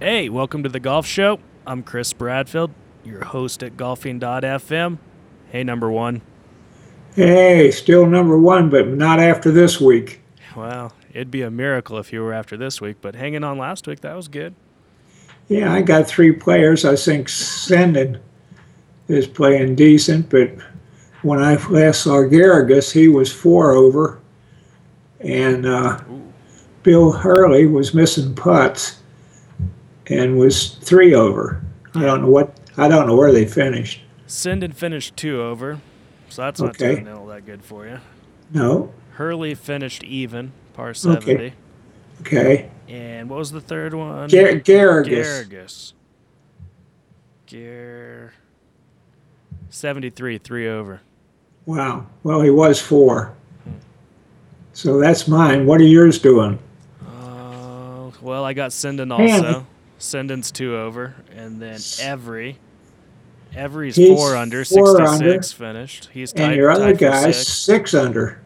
Hey, welcome to the Golf Show. I'm Chris Bradfield, your host at golfing.fm. Hey, number one. Hey, still number one, but not after this week. Well, it'd be a miracle if you were after this week, but hanging on last week, that was good. Yeah, I got three players. I think Senden is playing decent, but when I last saw Garrigus, he was four over, and uh, Bill Hurley was missing putts and was three over. I don't know what I don't know where they finished. Send and finish two over, so that's not Okay. doing all that good for you. No, Hurley finished even, par 70. okay. And what was the third one? Gar- Garrigus. Garrigus. Gar. 73, three over. Wow. Well, he was four. So that's mine. What are yours doing? Uh, well, I got Sendin Man. also. Sendin's two over, and then Every. Every's He's four under, four 66 under. finished. He's tied, And your other tied for guy's sixth. six under.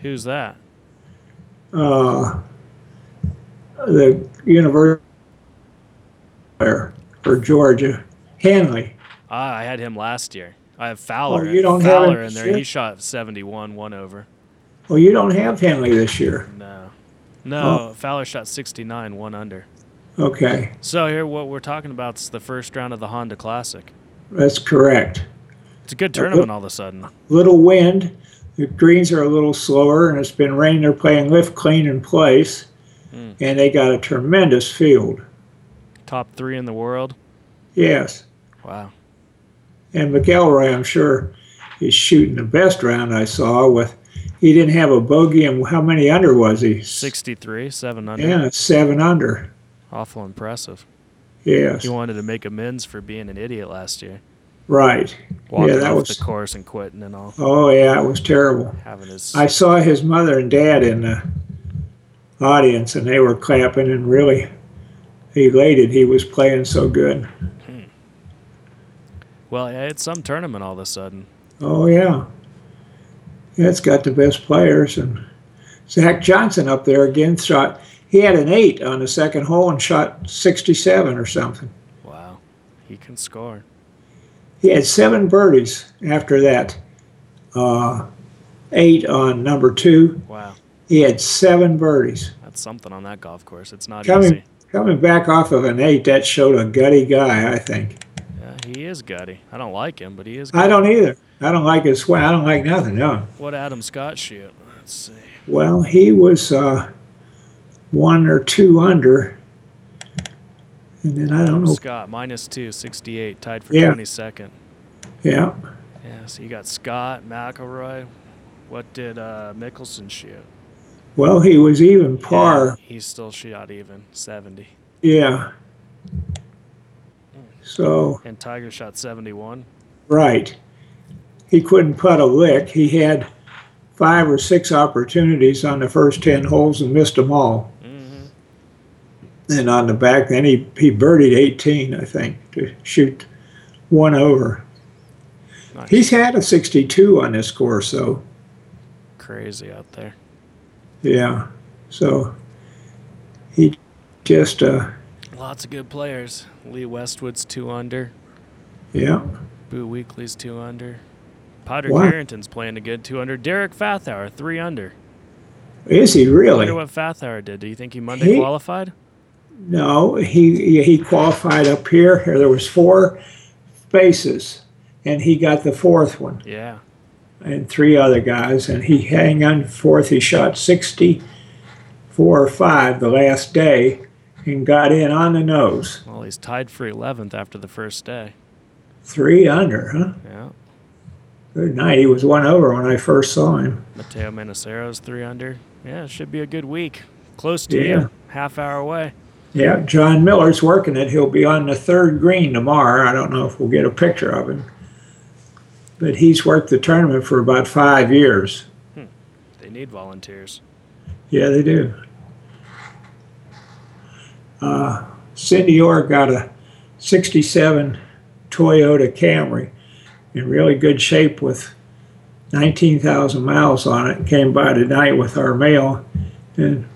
Who's that? Uh, the university player for Georgia, Hanley. Ah, I had him last year. I have Fowler. Oh, you don't have him Fowler in this there. year? He shot 71, one over. Well, you don't have Hanley this year. No. No, Fowler shot 69, one under. Okay, So here, what we're talking about is the first round of the Honda Classic. that's correct. It's a good tournament all of a sudden. Little wind. The greens are a little slower, and it's been raining. They're playing lift clean in place, Mm. and they got a tremendous field. Top three in the world. Yes. Wow. And McElroy, I'm sure, is shooting the best round I saw with. He didn't have a bogey, and how many under was he? 63, seven under. Yeah, seven under. Awful impressive. Yes. He wanted to make amends for being an idiot last year. Right. Walking yeah, that off was. the course and quitting and all. Oh yeah, it was terrible. Having his. I saw his mother and dad in the audience, and they were clapping and really elated. He was playing so good. well, yeah, it's some tournament all of a sudden. Oh yeah. Yeah, it's got the best players and Zach Johnson up there again shot. He had an eight on the second hole and shot 67 or something. Wow. He can score. He had seven birdies after that. Uh, eight on number two. Wow. He had seven birdies. That's something on that golf course. It's not Coming easy. coming back off of an eight, that showed a gutty guy, I think. Yeah, he is gutty. I don't like him, but he is I gutty. don't either. I don't like his swing. I don't like nothing. No. What Adam Scott shoot? Let's see. Well, he was uh, one or two under, and then I don't Adam know. Scott, minus two, 68, tied for Yeah. 22nd. Yeah, Yeah, so you got Scott, McElroy. What did uh, Mickelson shoot? well, he was even par. Yeah, he still shot even, 70. Yeah. So And Tiger shot 71. right, he couldn't putt a lick. He had five or six opportunities on the first ten holes and missed them all. Mm-hmm. and on the back then he, he birdied 18 i think to shoot one over Nice. he's had a 62 on this course so Crazy out there. yeah so he just uh Lots of good players. Lee Westwood's two under. yeah Boo Weekly's two under. Patrick Wow. Harrington's playing a good two under. Derek Fathauer, three under. is he Wonder really what Fathauer did. Do you think he Monday He- qualified? no he he qualified up here Here there was four spaces and he got the fourth one Yeah. and three other guys and he hang on fourth he shot 64 or 5 the last day and got in on the nose Well, he's tied for 11th after the first day. Three under, huh? Yeah. Good night. He was one over when I first saw him. Mateo Manicero's three under. Yeah, it should be a good week. Close to Yeah. you. Half hour away. Yeah, John Miller's working it. He'll be on the third green tomorrow. I don't know if we'll get a picture of him. But he's worked the tournament for about five years. They need volunteers. Yeah, they do. Uh, Cindy Orr got a 67 Toyota Camry in really good shape with 19,000 miles on it. Came by tonight with our mail and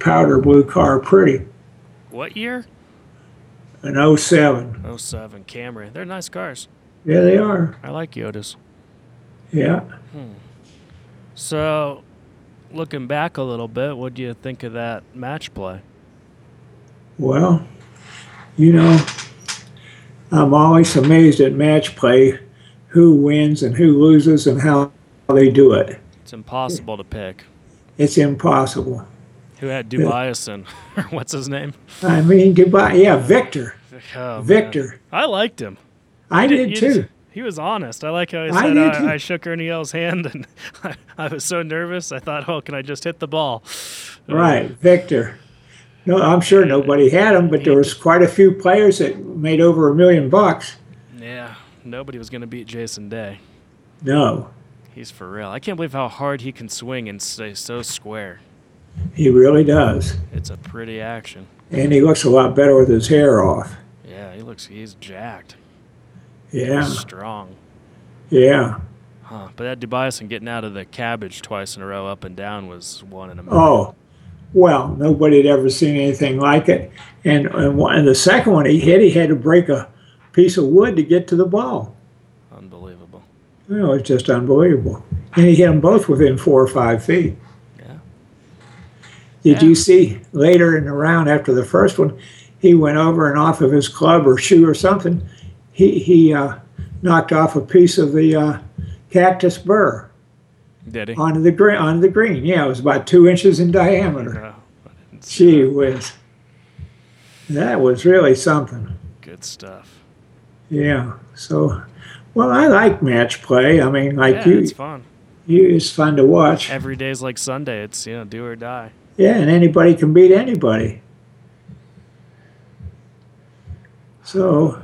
powder blue car pretty. What year? an 07. 07 Camry. They're nice cars. Yeah, they are. I like Yodas. Yeah. So, looking back a little bit, what do you think of that match play? Well, you know, I'm always amazed at match play who wins and who loses and how they do it. It's impossible to pick. It's impossible. Who had Dubiason? What's his name? I mean, goodbye. Yeah, Victor. Oh, man. Victor. I liked him. I did You too. just- He was honest. I like how he I said, did I, too. I, shook Ernie L's hand and I, I was so nervous. I thought, oh, can I just hit the ball? Uh, Right, Victor. No, I'm sure nobody had him, but there was quite a few players that made over a million bucks. Yeah, nobody was going to beat Jason Day. No, He's for real. I can't believe how hard he can swing and stay so square. he really does. It's a pretty action. And he looks a lot better with his hair off. Yeah, he looks, he's jacked, Yeah, strong. yeah. Huh. But that Dubiason getting out of the cabbage twice in a row up and down was one in a million. Oh, well, nobody had ever seen anything like it. And and, one, and the second one he hit, he had to break a piece of wood to get to the ball. Unbelievable. You know, it's just unbelievable. And he hit them both within four or five feet. Yeah. Did Yeah. you see later in the round after the first one, he went over and off of his club or shoe or something, he he uh, knocked off a piece of the uh, cactus burr Did he? onto the green. Onto the green, yeah, it was about two inches in diameter. Oh, I didn't see Gee whiz, that was really something. that. Good stuff. Yeah, so. Well, I like match play. I mean, like Yeah, you, it's fun. you, it's fun to watch. Every day's like Sunday. It's, you know, do or die. Yeah, and anybody can beat anybody. So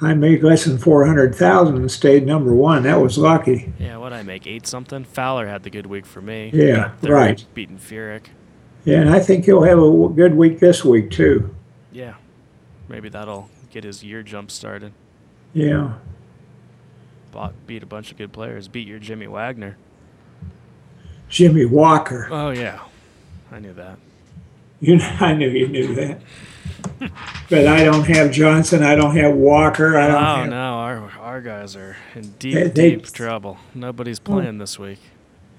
I made less than 400,000 and stayed number one. That was lucky. Yeah, what'd I make? Eight something? Fowler had the good week for me. Yeah, Got third, right. Beating Furyk. Yeah, and I think he'll have a w- good week this week, too. Yeah. Maybe that'll get his year jump started. Yeah. Bought, beat a bunch of good players. Beat your Jimmy Wagner. Jimmy Walker. Oh, yeah. I knew that. You know, I knew you knew that. But I don't have Johnson. I don't have Walker. I don't Oh have. no, our our guys are in deep, They- they- Hmm. deep trouble. Nobody's playing this week.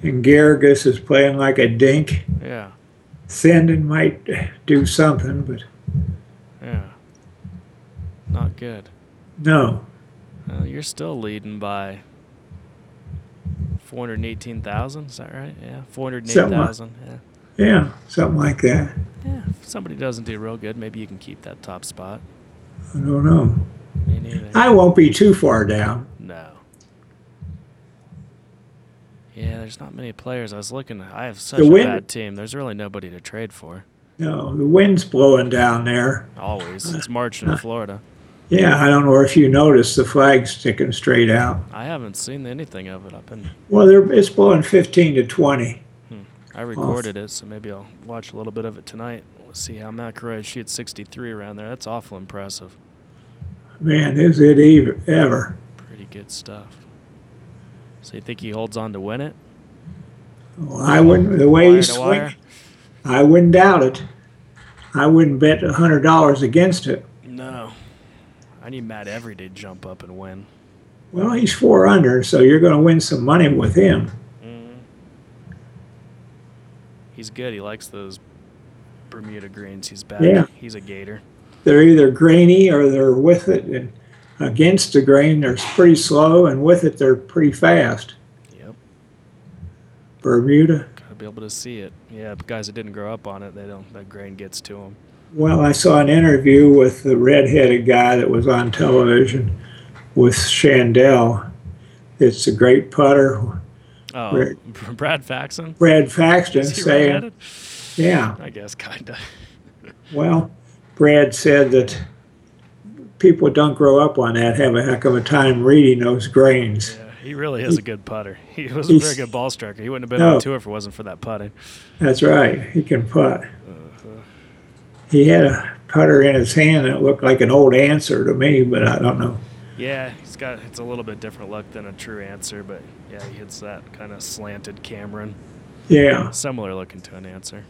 And Garrigus is playing like a dink. Yeah, Sandin might do something, but yeah, not good. no. Uh, you're still leading by four hundred eighteen thousand. Is that right? Yeah, four hundred eight thousand. Yeah. Yeah, something like that. Yeah, if somebody doesn't do real good, maybe you can keep that top spot. I don't know. Me neither. I won't be too far down. No. Yeah, there's not many players. I was looking. I have such The a win- bad team. There's really nobody to trade for. No, the wind's blowing down there. Always, it's March in Florida. Yeah, I don't know if you noticed the flag's sticking straight out. I haven't seen anything of it. I've been Well, they're, it's blowing 15 to 20. I recorded it, so maybe I'll watch a little bit of it tonight. We'll see how McElroy shoots 63 around there. That's awful impressive. Man, is it ev- ever? Pretty good stuff. So you think he holds on to win it? Well, I wouldn't. The way Wire he's to wire? swinging, I wouldn't doubt it. I wouldn't bet a hundred dollars against it. No. I need Matt Every to jump up and win. Well, he's four under, so you're going to win some money with him. He's good. He likes those Bermuda greens. He's back. Yeah. He's a gator. They're either grainy or they're with it, and against the grain they're pretty slow, and with it they're pretty fast. Yep. Bermuda. Gotta be able to see it. Yeah, but guys that didn't grow up on it, they don't. That grain gets to them. Well, I saw an interview with the redheaded guy that was on television with Shandell. It's a great putter, Oh, Brad Faxon. Brad Faxton, Is he saying, right-handed? yeah. I guess kinda. Well, Brad said that people don't grow up on that, have a heck of a time reading those grains. Yeah, he really is a good putter. He was a he's- very good ball striker. He wouldn't have been No. on tour if it wasn't for that putting. That's right, he can putt. Uh-huh. He had a putter in his hand that looked like an old answer to me, but I don't know. Yeah, he's got it's a little bit different look than a true answer, but yeah, he hits that kind of slanted Cameron, Yeah, similar looking to an answer.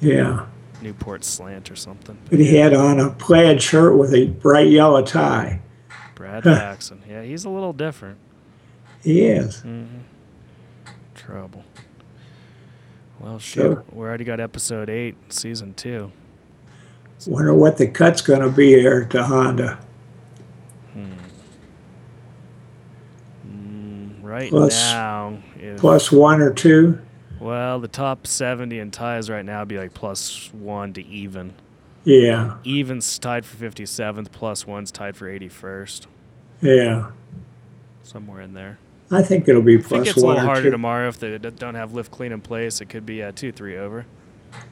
yeah. Newport slant or something. But he had on a plaid shirt with a bright yellow tie. Brad Paxson. Yeah, he's a little different. Mm-hmm. He is. Trouble. Well, shoot. So- We already got episode eight, season two. Wonder what the cut's going to be here to Honda. Hmm. Mm, Right Plus- now, if- Plus one or two. well, the top 70 in ties right now would be like plus one to even. Yeah, Even's tied for 57th, plus one's tied for 81st. yeah. Somewhere in there. I think it'll I be think plus it's a one little or harder two. tomorrow if they d- don't have lift clean in place. It could be a 2 3 over.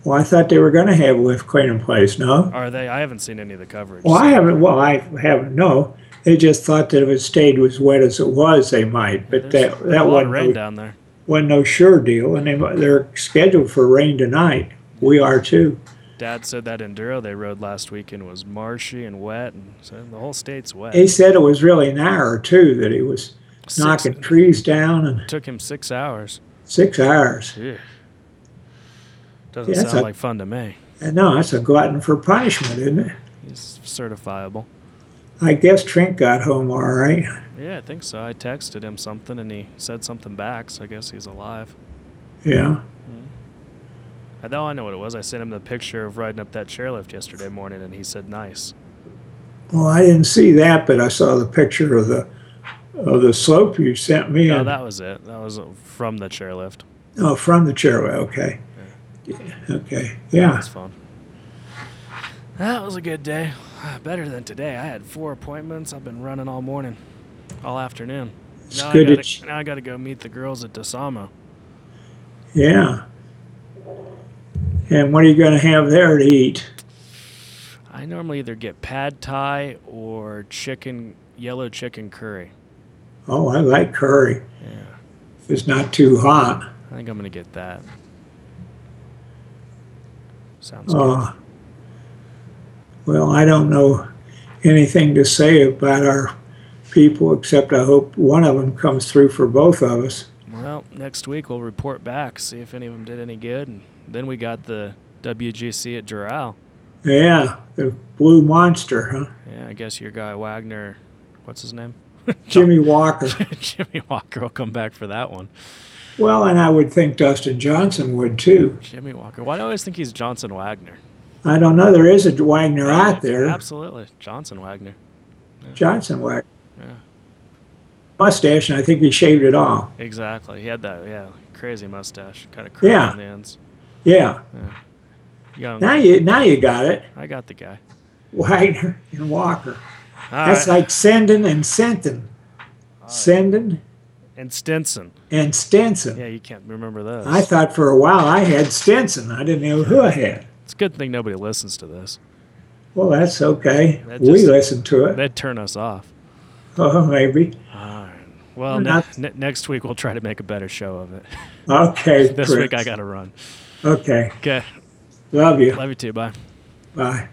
Well, I thought they were going to have lift clean in place. No. Are they? I haven't seen any of the coverage. Well, I haven't. Well, I haven't. No. They just thought that if it stayed as wet as it was, they might. But There's that that a lot of wasn't rain no, down there. wasn't no sure deal, and they they're scheduled for rain tonight. We are too. Dad said that enduro they rode last weekend was marshy and wet, and so the whole state's wet. He said it was really narrow too. That he was Six- knocking trees down in took him six hours. six hours. Ugh. Doesn't Yeah, that's sound a- like fun to me. And no, that's a glutton for punishment, isn't it? He's certifiable. I guess Trink got home all right. Yeah, I think so. I texted him something and he said something back, so I guess he's alive. Yeah. I thought I know what it was. I sent him the picture of riding up that chairlift yesterday morning and he said nice. Well, I didn't see that, but I saw the picture of the of the slope you sent me. No, and- that was it. That was from the chairlift. oh, from the chairway. Okay. Okay. That Yeah. was fun. That was a good day. Ah, Better than today. I had four appointments. I've been running all morning, all afternoon. It's Now, good I, that gotta, now I gotta go meet the girls at Dasamo. Yeah. And what are you going to have there to eat? I normally either get pad thai or chicken, yellow chicken curry. Oh, I like curry. Yeah. If it's not too hot. I think I'm gonna get that. Sounds good. Uh, well, I don't know anything to say about our people except I hope one of them comes through for both of us. Well, next week we'll report back, see if any of them did any good, and then we got the WGC at Doral. Yeah, the blue monster, huh? Yeah, I guess your guy Wagner, what's his name? Jimmy Walker. Jimmy Walker will come back for that one. Well, and I would think Dustin Johnson would too. Jimmy Walker. Why do I always think he's Johnson Wagner? I don't know. There is a Wagner out there. Absolutely. Johnson Wagner. Johnson Wagner. Yeah. Mustache, and I think he shaved it off. Exactly. He had that, yeah, crazy mustache, kind of curly Yeah. on the ends. Yeah. Young. Now you now you got it. I got the guy. Wagner and Walker. All That's right. like Senden and Senton. Senden and Stinson. and Stenson. Yeah, you can't remember those. I thought for a while I had Stenson. I didn't know who I had. it's a good thing nobody listens to this. Well, that's okay. That we just- listened to it. They'd turn us off. Oh, maybe. All right. Well, We're ne- not- ne- next week we'll try to make a better show of it. Okay. this Chris. week I got to run. Okay. Okay. Love you. Love you too. Bye. Bye.